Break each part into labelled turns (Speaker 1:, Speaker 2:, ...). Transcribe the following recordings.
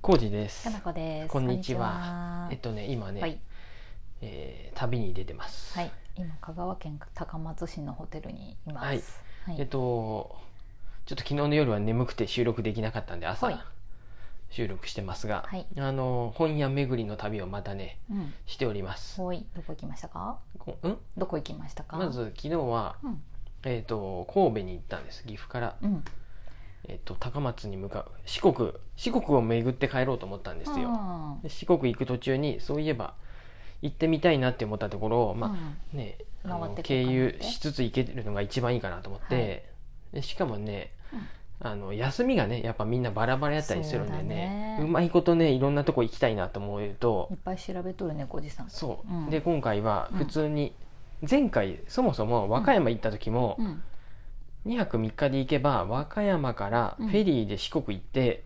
Speaker 1: コージです
Speaker 2: か。なこです。
Speaker 1: こんにちは
Speaker 2: こん
Speaker 1: えっ
Speaker 2: にち
Speaker 1: とね、今ね、
Speaker 2: は。はい、
Speaker 1: えー旅に出てます。
Speaker 2: はい、今香川県高松市のホテルにいます。はい、
Speaker 1: えっと、ちょっと昨日の夜は眠くて収録できなかったんで、朝、
Speaker 2: はい
Speaker 1: 収録してますが、
Speaker 2: はい
Speaker 1: あの本屋巡りの旅をまたね
Speaker 2: うん、
Speaker 1: しております。
Speaker 2: おい、どこ行きましたか。
Speaker 1: こうん、
Speaker 2: どこ行きましたか。
Speaker 1: ま、ず昨日は、
Speaker 2: うん、
Speaker 1: えっと神戸に行ったんです。岐阜から、
Speaker 2: うん、
Speaker 1: えっと高松に向かう四国四国を巡って帰ろうと思ったんですよ。
Speaker 2: うん
Speaker 1: で四国行く途中にそういえば行ってみたいなって思ったところを、まあ、ね、あの
Speaker 2: 回ってこうかな
Speaker 1: 経
Speaker 2: って
Speaker 1: 由しつつ行けるのが一番いいかなと思って、
Speaker 2: はい
Speaker 1: でしかもね、あの休みがねやっぱみんなバラバラやったりするんでね
Speaker 2: そううだね
Speaker 1: まいことねいろんなとこ行きたいなと思うと
Speaker 2: うん、いっぱい調べとる猫じさん。
Speaker 1: そう、
Speaker 2: うん
Speaker 1: で今回は普通に、前回そもそも和歌山行った時も、
Speaker 2: うん、
Speaker 1: 2泊3日で行けば和歌山からフェリーで四国行って、で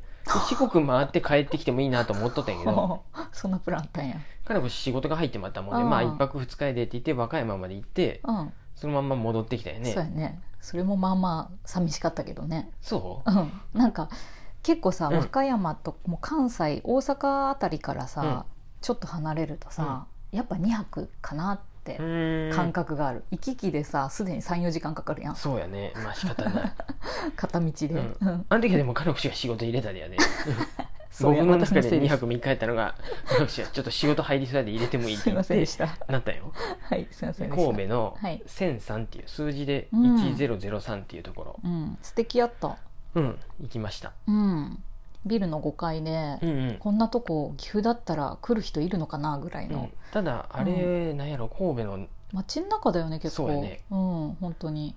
Speaker 1: 四国回って帰ってきてもいいなと思っとったんやけ ど
Speaker 2: そんなプランあったんや。
Speaker 1: 彼も仕事が入ってまったもんで、
Speaker 2: うん
Speaker 1: まあ1泊2日やでって言って和歌山まで行って
Speaker 2: うん、
Speaker 1: そのまんま戻ってきたよね
Speaker 2: そうやね。それもまあまあ寂しかったけどね。
Speaker 1: そう
Speaker 2: うん、なんか結構さ
Speaker 1: うん
Speaker 2: 和歌山ともう関西大阪あたりからさ、ちょっと離れるとさ、やっぱ2泊かなって感
Speaker 1: 感
Speaker 2: 覚がある、行き来でさすでに34時間かかるやん
Speaker 1: そうやねまあ仕方ない
Speaker 2: 片道で、
Speaker 1: うん
Speaker 2: うん
Speaker 1: あの時はでも彼氏が仕事入れたでやね
Speaker 2: そう
Speaker 1: 僕
Speaker 2: や
Speaker 1: の中
Speaker 2: 私のせ
Speaker 1: で
Speaker 2: い
Speaker 1: 2
Speaker 2: です
Speaker 1: 泊3日やったのが彼氏がちょっと仕事入りそうやで入れてもいいっ
Speaker 2: す
Speaker 1: て
Speaker 2: い
Speaker 1: 言
Speaker 2: ま
Speaker 1: っ
Speaker 2: せんで
Speaker 1: て
Speaker 2: した
Speaker 1: なったよ
Speaker 2: はいすいませんでした
Speaker 1: 神戸の
Speaker 2: はい
Speaker 1: 1003っていう数字で
Speaker 2: うん
Speaker 1: 1003っていうところ
Speaker 2: うん素敵やった
Speaker 1: うん行きました
Speaker 2: うんビルの5階で、
Speaker 1: うんうん
Speaker 2: こんなとこ岐阜だったら来る人いるのかなぐらいうの、
Speaker 1: んただあれなんやろ神戸の
Speaker 2: 街の中だよね結構
Speaker 1: そうやね
Speaker 2: うん本当に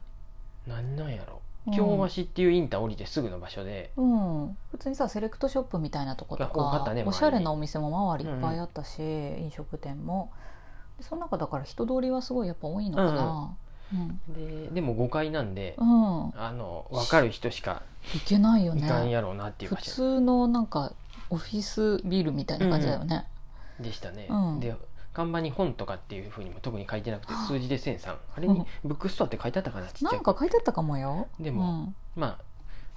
Speaker 1: なんなんやろ
Speaker 2: うん
Speaker 1: 京橋っていうインター降りてすぐの場所で
Speaker 2: うん、普通にさセレクトショップみたいなとこと
Speaker 1: あ多か
Speaker 2: か
Speaker 1: ったね
Speaker 2: おしゃれなお店も周
Speaker 1: 周
Speaker 2: りい
Speaker 1: りに
Speaker 2: っぱいあったし、飲食店もでその中だから人通りはすごいやっぱ多いのかなうん、
Speaker 1: ででも5階なんで
Speaker 2: うん
Speaker 1: あの分かる人しか
Speaker 2: いけないよ
Speaker 1: 行かん
Speaker 2: ね
Speaker 1: やろうなっていう
Speaker 2: 普
Speaker 1: 場所
Speaker 2: 通のなんかオフィスビルみたいな感じだよね、
Speaker 1: でしたね、
Speaker 2: うん
Speaker 1: で看板に本とかっていうふうにも特に書いてなくて
Speaker 2: はあ
Speaker 1: 数字で1003あれ
Speaker 2: う
Speaker 1: に
Speaker 2: ん
Speaker 1: ブックストアって書いてあったかなちっちゃ
Speaker 2: なん
Speaker 1: く
Speaker 2: か書いてあったかもよ
Speaker 1: でも、
Speaker 2: うん、
Speaker 1: まあ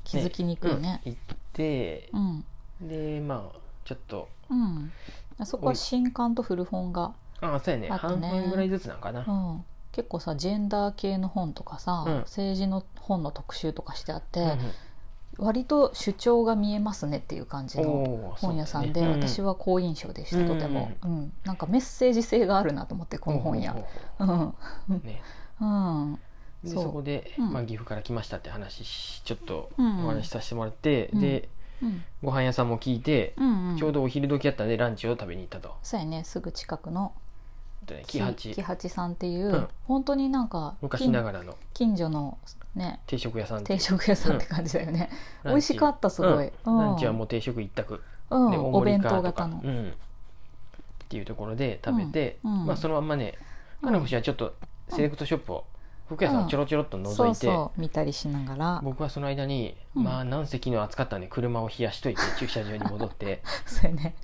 Speaker 2: 気づきにくいね
Speaker 1: うん行って
Speaker 2: う、ん
Speaker 1: でまあちょっと
Speaker 2: うん、あそこは新刊と古本が、
Speaker 1: ああそうやね
Speaker 2: あと
Speaker 1: 半
Speaker 2: ね
Speaker 1: 分ぐらいずつなんか
Speaker 2: う
Speaker 1: な、
Speaker 2: ん、結構さジェンダー系の本とかさ、
Speaker 1: うん
Speaker 2: 政治の本の特集とかしてあって、
Speaker 1: うんうん
Speaker 2: 割と主張が見えますねっていう感じの
Speaker 1: おー
Speaker 2: 本屋さんで、
Speaker 1: そうだね
Speaker 2: 私
Speaker 1: う
Speaker 2: は好印象でした、とても、うん、なんかメッセージ性があるなと思ってこの本屋
Speaker 1: ほうほう
Speaker 2: うんうん
Speaker 1: ほうね
Speaker 2: うん
Speaker 1: で
Speaker 2: そう
Speaker 1: そこで、
Speaker 2: うん
Speaker 1: まあ、岐阜から来ましたって話しちょっとお
Speaker 2: うん
Speaker 1: 話しさせてもらって、
Speaker 2: うん
Speaker 1: で
Speaker 2: うん
Speaker 1: ご飯屋さんも聞いて、
Speaker 2: うん
Speaker 1: ちょうどお昼時やったんでランチを食べに行ったと
Speaker 2: そうやねすぐ近くの
Speaker 1: で木八
Speaker 2: 木八さんっていう、
Speaker 1: うん
Speaker 2: 本当になんか
Speaker 1: 昔
Speaker 2: 近
Speaker 1: ながらの
Speaker 2: 近所のね
Speaker 1: 定食屋さんってい
Speaker 2: 定
Speaker 1: う
Speaker 2: 食屋さんって感じだよね、
Speaker 1: ランチ
Speaker 2: 美味しかったすごい、
Speaker 1: う
Speaker 2: うんん
Speaker 1: ランチはもう定食一択、
Speaker 2: うん
Speaker 1: で大
Speaker 2: お
Speaker 1: 盛り
Speaker 2: 弁
Speaker 1: か
Speaker 2: 当
Speaker 1: とか
Speaker 2: 型の、
Speaker 1: うん、っていうところで食べて、
Speaker 2: うんうん
Speaker 1: まあ、そのまんまね彼女はちょっとセレクトショップを服屋さんをちょろちょろっと覗いて、
Speaker 2: そうそう見たりしながら
Speaker 1: 僕はその間に、
Speaker 2: うん
Speaker 1: まあ何せ昨日暑かったんで車を冷やしといて駐車場に戻って
Speaker 2: そうやね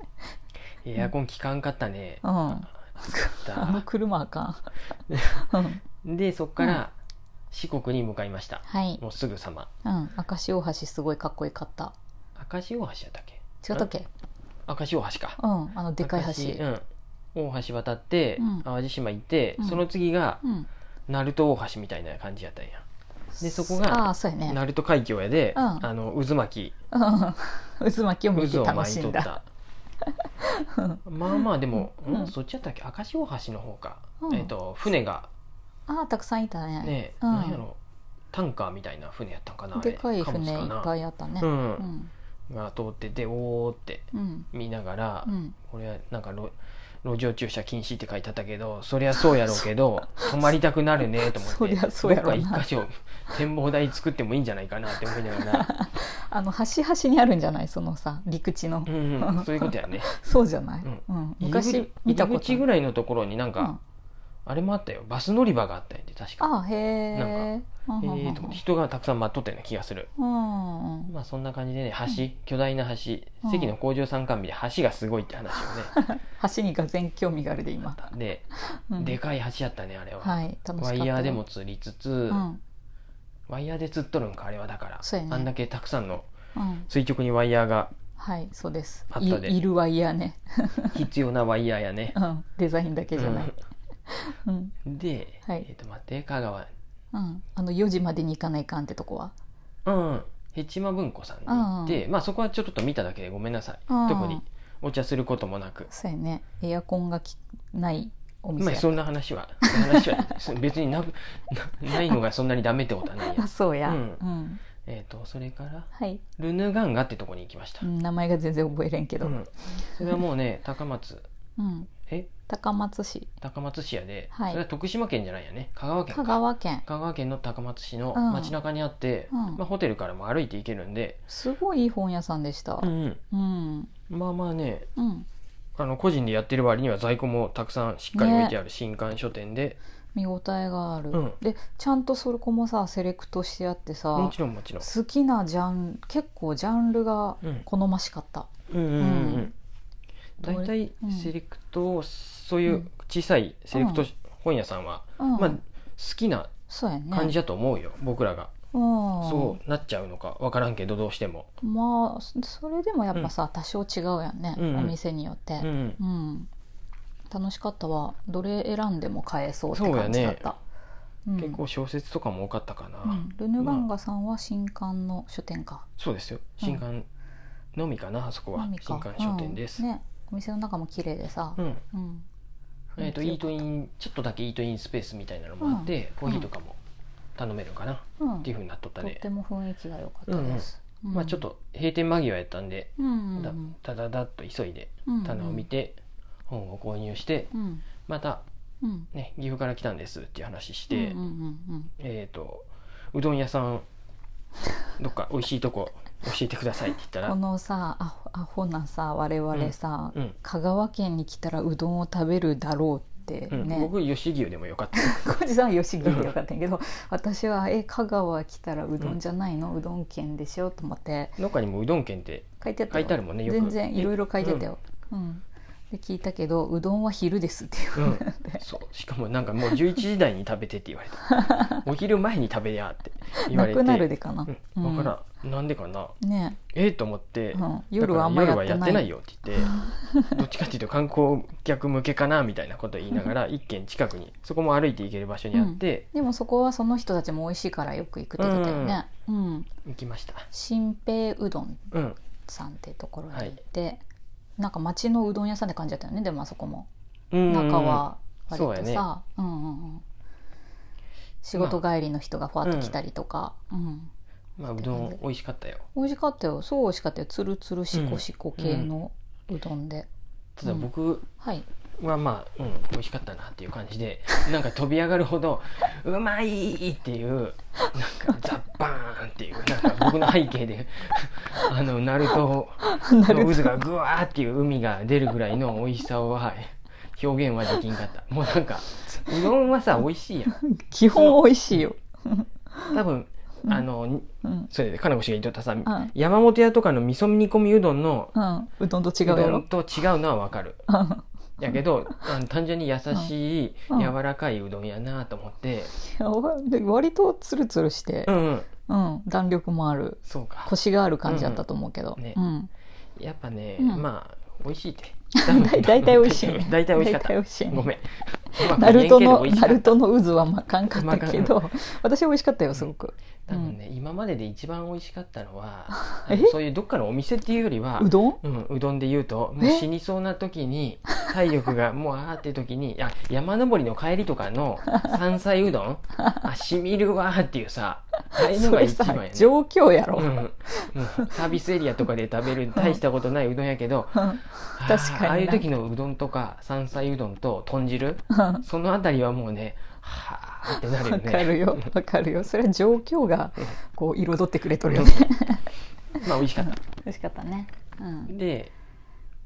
Speaker 1: エアコン効かんかったね、
Speaker 2: うんあ
Speaker 1: 暑か
Speaker 2: の
Speaker 1: っ
Speaker 2: 車あかん、 う
Speaker 1: た
Speaker 2: ん、
Speaker 1: でそっから四国に向かいました、
Speaker 2: はい
Speaker 1: もうすぐさま
Speaker 2: うん、明石大橋すごいかっこよかった
Speaker 1: 明石大橋やったっけ
Speaker 2: 違ったっけ
Speaker 1: 明石大橋か
Speaker 2: うんあのでかい
Speaker 1: 明
Speaker 2: 橋
Speaker 1: 石うん、大橋渡って、
Speaker 2: うん
Speaker 1: 淡路島行って、
Speaker 2: うん
Speaker 1: その次が
Speaker 2: うん
Speaker 1: 鳴門大橋みたいな感じやったんやでそこが
Speaker 2: ああそうやね
Speaker 1: 鳴門海峡やで、
Speaker 2: うん
Speaker 1: あの渦巻
Speaker 2: うん渦巻きを見
Speaker 1: き
Speaker 2: て
Speaker 1: 渦を
Speaker 2: 楽
Speaker 1: 巻い
Speaker 2: し
Speaker 1: と
Speaker 2: ん
Speaker 1: っ
Speaker 2: だ
Speaker 1: た まあまあでも、
Speaker 2: うん
Speaker 1: うんそっちやったっけ明石大橋の方か、
Speaker 2: うん
Speaker 1: えっと船が
Speaker 2: ああたくさんいたね
Speaker 1: ね、
Speaker 2: うん
Speaker 1: なんやろタンカーみたいな船やったんかなあれ
Speaker 2: でかい
Speaker 1: 貨物
Speaker 2: 船い
Speaker 1: か
Speaker 2: っ
Speaker 1: な
Speaker 2: ぱいあったね
Speaker 1: う
Speaker 2: うんん
Speaker 1: が通ってておーって
Speaker 2: うん
Speaker 1: 見ながら、
Speaker 2: うん
Speaker 1: これはなんか路路上駐車禁止って書いてあったけどそりゃそうやろうけど 泊まりたくなるねと思って
Speaker 2: そりゃそうやろうな
Speaker 1: どっか一箇所展望台作ってもいいんじゃないかなって思いながら、
Speaker 2: あの端々にあるんじゃないそのさ陸地の
Speaker 1: うんうんそういうことや ね
Speaker 2: そうじゃない
Speaker 1: うん
Speaker 2: うん
Speaker 1: 入
Speaker 2: 昔
Speaker 1: り口
Speaker 2: 見たこ
Speaker 1: 入り口
Speaker 2: と
Speaker 1: ぐらいのところになん
Speaker 2: あ
Speaker 1: か、あれもあったよバス乗り場があったんやで確か
Speaker 2: ああへえうん
Speaker 1: えーと思って人がたくさん待っとったような気がする
Speaker 2: うんうん
Speaker 1: まあそんな感じでね橋、巨大な橋、
Speaker 2: うん
Speaker 1: 関の工場参観日で橋がすごいって話を ね
Speaker 2: 橋にが全興味があるで今
Speaker 1: で、
Speaker 2: うん
Speaker 1: でかい橋やったねあれは、
Speaker 2: はい楽しかった
Speaker 1: ワ
Speaker 2: よ
Speaker 1: イヤーでも釣りつつ、
Speaker 2: うん
Speaker 1: ワイヤーで釣っとるんかあれはだから、
Speaker 2: そうやね
Speaker 1: あんだけたくさんの
Speaker 2: うん
Speaker 1: 垂直にワイヤーが
Speaker 2: はいそうです
Speaker 1: パ
Speaker 2: い
Speaker 1: ッとで
Speaker 2: いるワイヤーね、
Speaker 1: 必要なワイヤーやね
Speaker 2: うん、デザインだけじゃない、うん
Speaker 1: で、
Speaker 2: はい
Speaker 1: えっと待って香川
Speaker 2: うん、あの4時までに行かないかんってとこは
Speaker 1: うんヘチマ文庫さんに行って、まあそこはちょっと見ただけでごめんなさい、
Speaker 2: うん
Speaker 1: 特にお茶することもなく
Speaker 2: そうやねエアコンがきないお店
Speaker 1: まあ
Speaker 2: や
Speaker 1: そんな話はそんな話は そ別になくなないのがそんなにダメってことはない
Speaker 2: あ
Speaker 1: や
Speaker 2: そうや、
Speaker 1: う
Speaker 2: うんん
Speaker 1: えっとそれから
Speaker 2: はい、
Speaker 1: ルヌガンガってとこに行きました、
Speaker 2: う
Speaker 1: うん
Speaker 2: ん名前が全然覚えれんけど、うん
Speaker 1: それはもうね高松え
Speaker 2: 高松市
Speaker 1: 高松市やで、
Speaker 2: はい
Speaker 1: それは徳島県じゃないやね香川県か
Speaker 2: 香川県
Speaker 1: 香川県の高松市の
Speaker 2: うん
Speaker 1: 街中にあって、
Speaker 2: うん
Speaker 1: まあ、ホテルからも歩いて行けるんで、
Speaker 2: すごいいい本屋さんでした
Speaker 1: うん
Speaker 2: うん
Speaker 1: うんまあまあね
Speaker 2: うん
Speaker 1: あの個人でやってる割には在庫もたくさんしっかり置いてある新刊書店で、
Speaker 2: 見応えがある、
Speaker 1: うん
Speaker 2: でちゃんとそこもさセレクトしてあって
Speaker 1: も
Speaker 2: さ
Speaker 1: ちろんもちろん
Speaker 2: 好きなジャン結構ジャンルが
Speaker 1: うん
Speaker 2: 好ましかった、
Speaker 1: うんうんうんう
Speaker 2: うんん
Speaker 1: 大体
Speaker 2: うん
Speaker 1: セレクトをそういううん小さいセレク
Speaker 2: う
Speaker 1: ト
Speaker 2: ん
Speaker 1: 本屋さんは、
Speaker 2: うん
Speaker 1: まあ好きな
Speaker 2: そうやね
Speaker 1: 感じだと思うよ、僕らが
Speaker 2: うん、
Speaker 1: そうなっちゃうのか分からんけどどうしても、
Speaker 2: まあそそれでもやっぱさ、多少違うやんね、
Speaker 1: うんうん
Speaker 2: お店によって
Speaker 1: うんうん
Speaker 2: うん、楽しかったわどれ選んでも買えそうって感じだったう,、ん、
Speaker 1: 結構小説とかも多かったかな、
Speaker 2: うんルヌガンガさんは新刊の書店か、
Speaker 1: そうですよ新刊のみかな、あそこは
Speaker 2: のみ
Speaker 1: 新
Speaker 2: か
Speaker 1: 刊書店です、
Speaker 2: うんね、お店の中も綺麗でさ、
Speaker 1: うん
Speaker 2: うん
Speaker 1: えー、とイートインちょっとだけイートインスペースみたいなのもあって、コーヒーとかも頼めるかな、
Speaker 2: うん
Speaker 1: っていうふうになっとった
Speaker 2: とっ
Speaker 1: ね、
Speaker 2: ても雰囲気が良かったです、うん
Speaker 1: まあちょっ、と閉店間際やったんで、
Speaker 2: うんうんうん
Speaker 1: だだだだっと急いで
Speaker 2: うんうん
Speaker 1: 棚を見て本を購入して、
Speaker 2: うん
Speaker 1: また、
Speaker 2: うん
Speaker 1: ね、岐阜から来たんですっていう話して、
Speaker 2: うんうんうん
Speaker 1: えっ、とうどん屋さんどっか美味しいとこ教えてくださいって言った
Speaker 2: うん、
Speaker 1: ら
Speaker 2: このさアホアホなさ我々さ、
Speaker 1: うん
Speaker 2: 香川県に来たらうどんを食べるだろうって
Speaker 1: うん
Speaker 2: ね、
Speaker 1: 僕吉牛でもよかったよ
Speaker 2: 小路さんは吉木でよかったんやけど私は「え香川来たらうどんじゃないの、うどん県でしょ」と思って
Speaker 1: 農家にもうどん県って
Speaker 2: 書いてあった
Speaker 1: 書
Speaker 2: よ
Speaker 1: いてあるもんねよく
Speaker 2: 全然いろいろ書いてたよ、うんで聞いたけど「うどんは昼です」っていうう、
Speaker 1: ん、そうしかもなんかもう11時台に食べてって言われ たお昼前に食べやって言わ
Speaker 2: な
Speaker 1: れて
Speaker 2: くなるでかな、
Speaker 1: うん、分からん、なんでかな
Speaker 2: うんね
Speaker 1: ええと思って、
Speaker 2: うん夜はあんま
Speaker 1: だ
Speaker 2: や
Speaker 1: から
Speaker 2: って
Speaker 1: 夜はやっ
Speaker 2: な
Speaker 1: て
Speaker 2: い
Speaker 1: ないよって言って どっちかっていうと観光客向けかなみたいなこと言いな がら一軒近くにそこも歩いて行ける場所にあって、
Speaker 2: でもそこはその人たちも美味しいからよく行くって言ってたよね、うん
Speaker 1: 行きました
Speaker 2: 新平うどん
Speaker 1: うん
Speaker 2: さんっていうところに行って、なんか町のうどん屋さんって感じだったよねでもあそこも
Speaker 1: うん
Speaker 2: 中は割
Speaker 1: そうや
Speaker 2: と
Speaker 1: ね
Speaker 2: さ、うんうんうん、仕事帰りの人がファーッと来たりとか、うん
Speaker 1: まあうどん美味しかったよ
Speaker 2: 美味しかったよすごい美味しかったよつるつるしこしこ系のうどんで、
Speaker 1: ただ僕
Speaker 2: はい
Speaker 1: はまあ、うん、美味しかったなっていう感じで なんか飛び上がるほど「うまい!」っていうなんかザッバーンっていうなんか僕の背景で あのナルトの渦がグワーっていう海が出るぐらいの美味しさははい表現はできんかったもうなんかうどんはさ美味しいやん
Speaker 2: 基本美味しいよ、
Speaker 1: 多分あの
Speaker 2: うん
Speaker 1: それで金越が言っとったさ
Speaker 2: ん
Speaker 1: 山本屋とかの味噌煮込みうどんの
Speaker 2: うん、うどんと違
Speaker 1: う
Speaker 2: うや
Speaker 1: ど
Speaker 2: ろ
Speaker 1: んと違うのはわかる
Speaker 2: うん
Speaker 1: やけどあの単純に優しい
Speaker 2: うん
Speaker 1: 柔らかいうどんやなと思って
Speaker 2: いやわで割とつるつるして
Speaker 1: う、ん、うん、
Speaker 2: うん、弾力もある
Speaker 1: そうか
Speaker 2: コシがある感じだったと思うけど、
Speaker 1: う
Speaker 2: うんん
Speaker 1: ねやっぱね、
Speaker 2: うん
Speaker 1: まあ美味しいって
Speaker 2: 大体美味しい ね
Speaker 1: 大体美味しかった
Speaker 2: 大体美味しいね
Speaker 1: ごめんうまく
Speaker 2: ナルト
Speaker 1: 言えん
Speaker 2: の
Speaker 1: けど美味しか
Speaker 2: ナ
Speaker 1: った
Speaker 2: ルトの渦はまかんかったけど私は美味しかったよすごく、
Speaker 1: 多分ね今までで一番美味しかったのは
Speaker 2: え
Speaker 1: あのそういうどっかのお店っていうよりは
Speaker 2: うどん
Speaker 1: うん、うどんで言うともう
Speaker 2: え
Speaker 1: 死にそうな時に体力が もうあーって時にあ山登りの帰りとかの山菜うど んあしみるわーっていうさああいうの
Speaker 2: そ
Speaker 1: が
Speaker 2: れ
Speaker 1: 一
Speaker 2: さ
Speaker 1: 番やね
Speaker 2: 状況やろ、
Speaker 1: うん、もうサービスエリアとかで食べる大したことないうどんやけど
Speaker 2: うん 確かに
Speaker 1: あーああいう時のうどんとか山菜うどんと豚 汁そのあたりはもうねはあってなるよ
Speaker 2: わ
Speaker 1: ね
Speaker 2: か るよわかるよそれは状況がこう彩ってくれとるよ
Speaker 1: う
Speaker 2: ね
Speaker 1: まあ美味しかった
Speaker 2: 美味しかったねうん
Speaker 1: で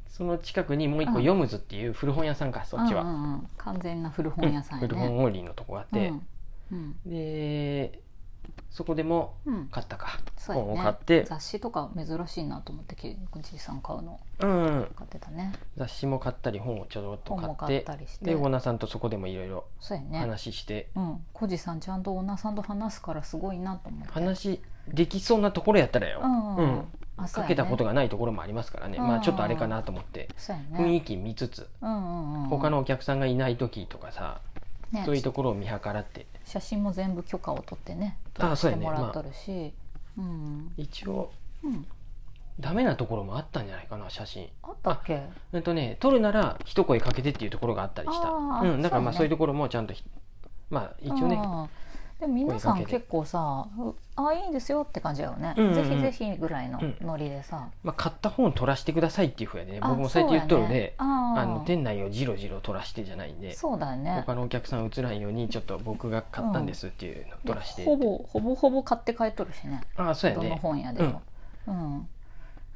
Speaker 1: その近くにもう一個
Speaker 2: うん
Speaker 1: 読むずっていう古本屋さんかそっちは、
Speaker 2: うんうんうん完全な古本屋さんや
Speaker 1: 古本
Speaker 2: ね
Speaker 1: オーリーのとこがあって、
Speaker 2: うん
Speaker 1: でそこでも
Speaker 2: うんうん
Speaker 1: 買ったか、
Speaker 2: そうやね
Speaker 1: 本を買って
Speaker 2: 雑誌とか珍しいなと思って結構じいさん買うの
Speaker 1: うん、
Speaker 2: 買ってたね
Speaker 1: 雑誌も買ったり本をちょろっと
Speaker 2: 本
Speaker 1: 買
Speaker 2: も
Speaker 1: っ
Speaker 2: 買
Speaker 1: て
Speaker 2: ったりして
Speaker 1: でオーナーさんとそこでもいろいろ
Speaker 2: そうやね
Speaker 1: 話して、
Speaker 2: うん小路さんちゃんとオーナーさんと話すからすごいなと思って
Speaker 1: 話できそうなところやったらよ、
Speaker 2: うんうんうんあそ
Speaker 1: か
Speaker 2: うや
Speaker 1: け
Speaker 2: ね
Speaker 1: たことがないところもありますからね
Speaker 2: うん
Speaker 1: まあちょっとあれかなと思って
Speaker 2: そうや
Speaker 1: 雰
Speaker 2: ね
Speaker 1: 囲気見つつ
Speaker 2: うんうんうん
Speaker 1: 他のお客さんがいない時とかさ
Speaker 2: ね
Speaker 1: そういうところを見計らって
Speaker 2: 写真も全部許可を取ってね
Speaker 1: あ
Speaker 2: 撮
Speaker 1: そう
Speaker 2: って
Speaker 1: やね
Speaker 2: もらっとるしうん
Speaker 1: 一応
Speaker 2: うん
Speaker 1: ダメなところもあったんじゃないかな写真
Speaker 2: あったっけ
Speaker 1: うんとね撮るなら一声かけてっていうところがあったりした
Speaker 2: あ
Speaker 1: う
Speaker 2: ー
Speaker 1: んだからまあ
Speaker 2: そ
Speaker 1: そう
Speaker 2: ね
Speaker 1: ういうところもちゃんとひまあ一応ね
Speaker 2: あーでも皆さん
Speaker 1: 声かけて
Speaker 2: 結構さ「うあいいんですよ」って感じだよね、
Speaker 1: うんうんうん
Speaker 2: ぜひぜひぐらいの
Speaker 1: うん
Speaker 2: ノリでさ、
Speaker 1: まあ買った本撮らせてくださいっていうふうやでね
Speaker 2: あ
Speaker 1: 僕もそうやって言っとるんで
Speaker 2: そうやねあ
Speaker 1: あ
Speaker 2: ー
Speaker 1: の店内をじろじろ撮らしてじゃないんで
Speaker 2: そうだよね
Speaker 1: 他のお客さん映らんようにちょっと僕が買ったんですっていうのを撮らして
Speaker 2: ほぼほぼほぼ買って帰っとるしね
Speaker 1: ああそうや
Speaker 2: どの
Speaker 1: ね
Speaker 2: 本屋でも、うん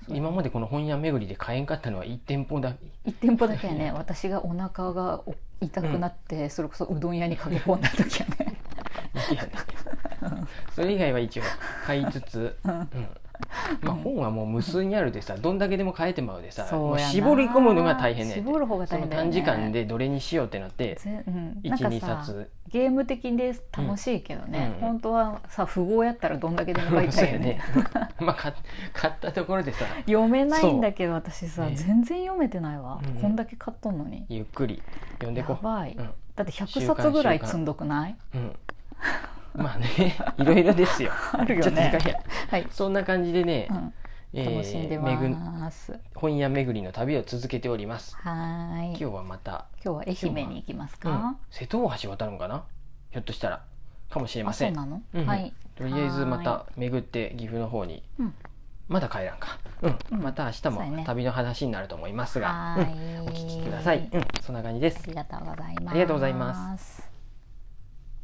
Speaker 2: そう
Speaker 1: 今までこの本屋巡りで買えんかったのは1店舗だ
Speaker 2: 一店舗だけやね私がお腹がお痛くなって、それこそうどん屋に駆け込んだ時やね
Speaker 1: けやね それ以外は一応買いつつ、うんまあ、本はもう無数にあるでさどんだけでも変えてまうでさもう
Speaker 2: な
Speaker 1: 絞り込むのが大変だよね
Speaker 2: 絞る方が
Speaker 1: そ
Speaker 2: 大
Speaker 1: の
Speaker 2: 変だよね
Speaker 1: 短時間でどれにしようってなって
Speaker 2: ぜうん、なんか
Speaker 1: 12
Speaker 2: さ
Speaker 1: 冊
Speaker 2: ゲーム的で楽しいけどね、
Speaker 1: うん
Speaker 2: 本当はさ富豪やったらどんだけでも買いた
Speaker 1: そう
Speaker 2: い
Speaker 1: や
Speaker 2: よね
Speaker 1: ね まあか買ったところでさ
Speaker 2: 読めないんだけど私さ、
Speaker 1: ね
Speaker 2: 全然読めてないわ、
Speaker 1: うん
Speaker 2: こんだけ買っとんのに、
Speaker 1: ゆっくり読んで
Speaker 2: や
Speaker 1: こ
Speaker 2: ばい、
Speaker 1: う、
Speaker 2: だって100冊ぐらい積んどくない
Speaker 1: うんうん、まあね いろいろですよ
Speaker 2: あるよ
Speaker 1: ちょっと
Speaker 2: ね
Speaker 1: 時間や
Speaker 2: はい、
Speaker 1: そんな感じでね、
Speaker 2: うん、
Speaker 1: えー
Speaker 2: 楽しんで
Speaker 1: めぐ
Speaker 2: ます、
Speaker 1: 本屋巡りの旅を続けております
Speaker 2: はーい
Speaker 1: 今日はまた、
Speaker 2: 今日は愛媛に行きます
Speaker 1: うん
Speaker 2: か、
Speaker 1: 瀬戸大橋渡るのかなひょっとしたらかもしれま
Speaker 2: あそ
Speaker 1: せ
Speaker 2: うんなの、
Speaker 1: うん
Speaker 2: はい
Speaker 1: とりあえずま
Speaker 2: は
Speaker 1: た巡って岐阜の方に
Speaker 2: ーいうん
Speaker 1: まだ帰らんか、うん
Speaker 2: うん
Speaker 1: また明日
Speaker 2: そうやね
Speaker 1: も旅の話になると思いますが、
Speaker 2: はーい
Speaker 1: うんお聞きください、うん、そんな感じです
Speaker 2: ありがとうございます
Speaker 1: ありがとうございます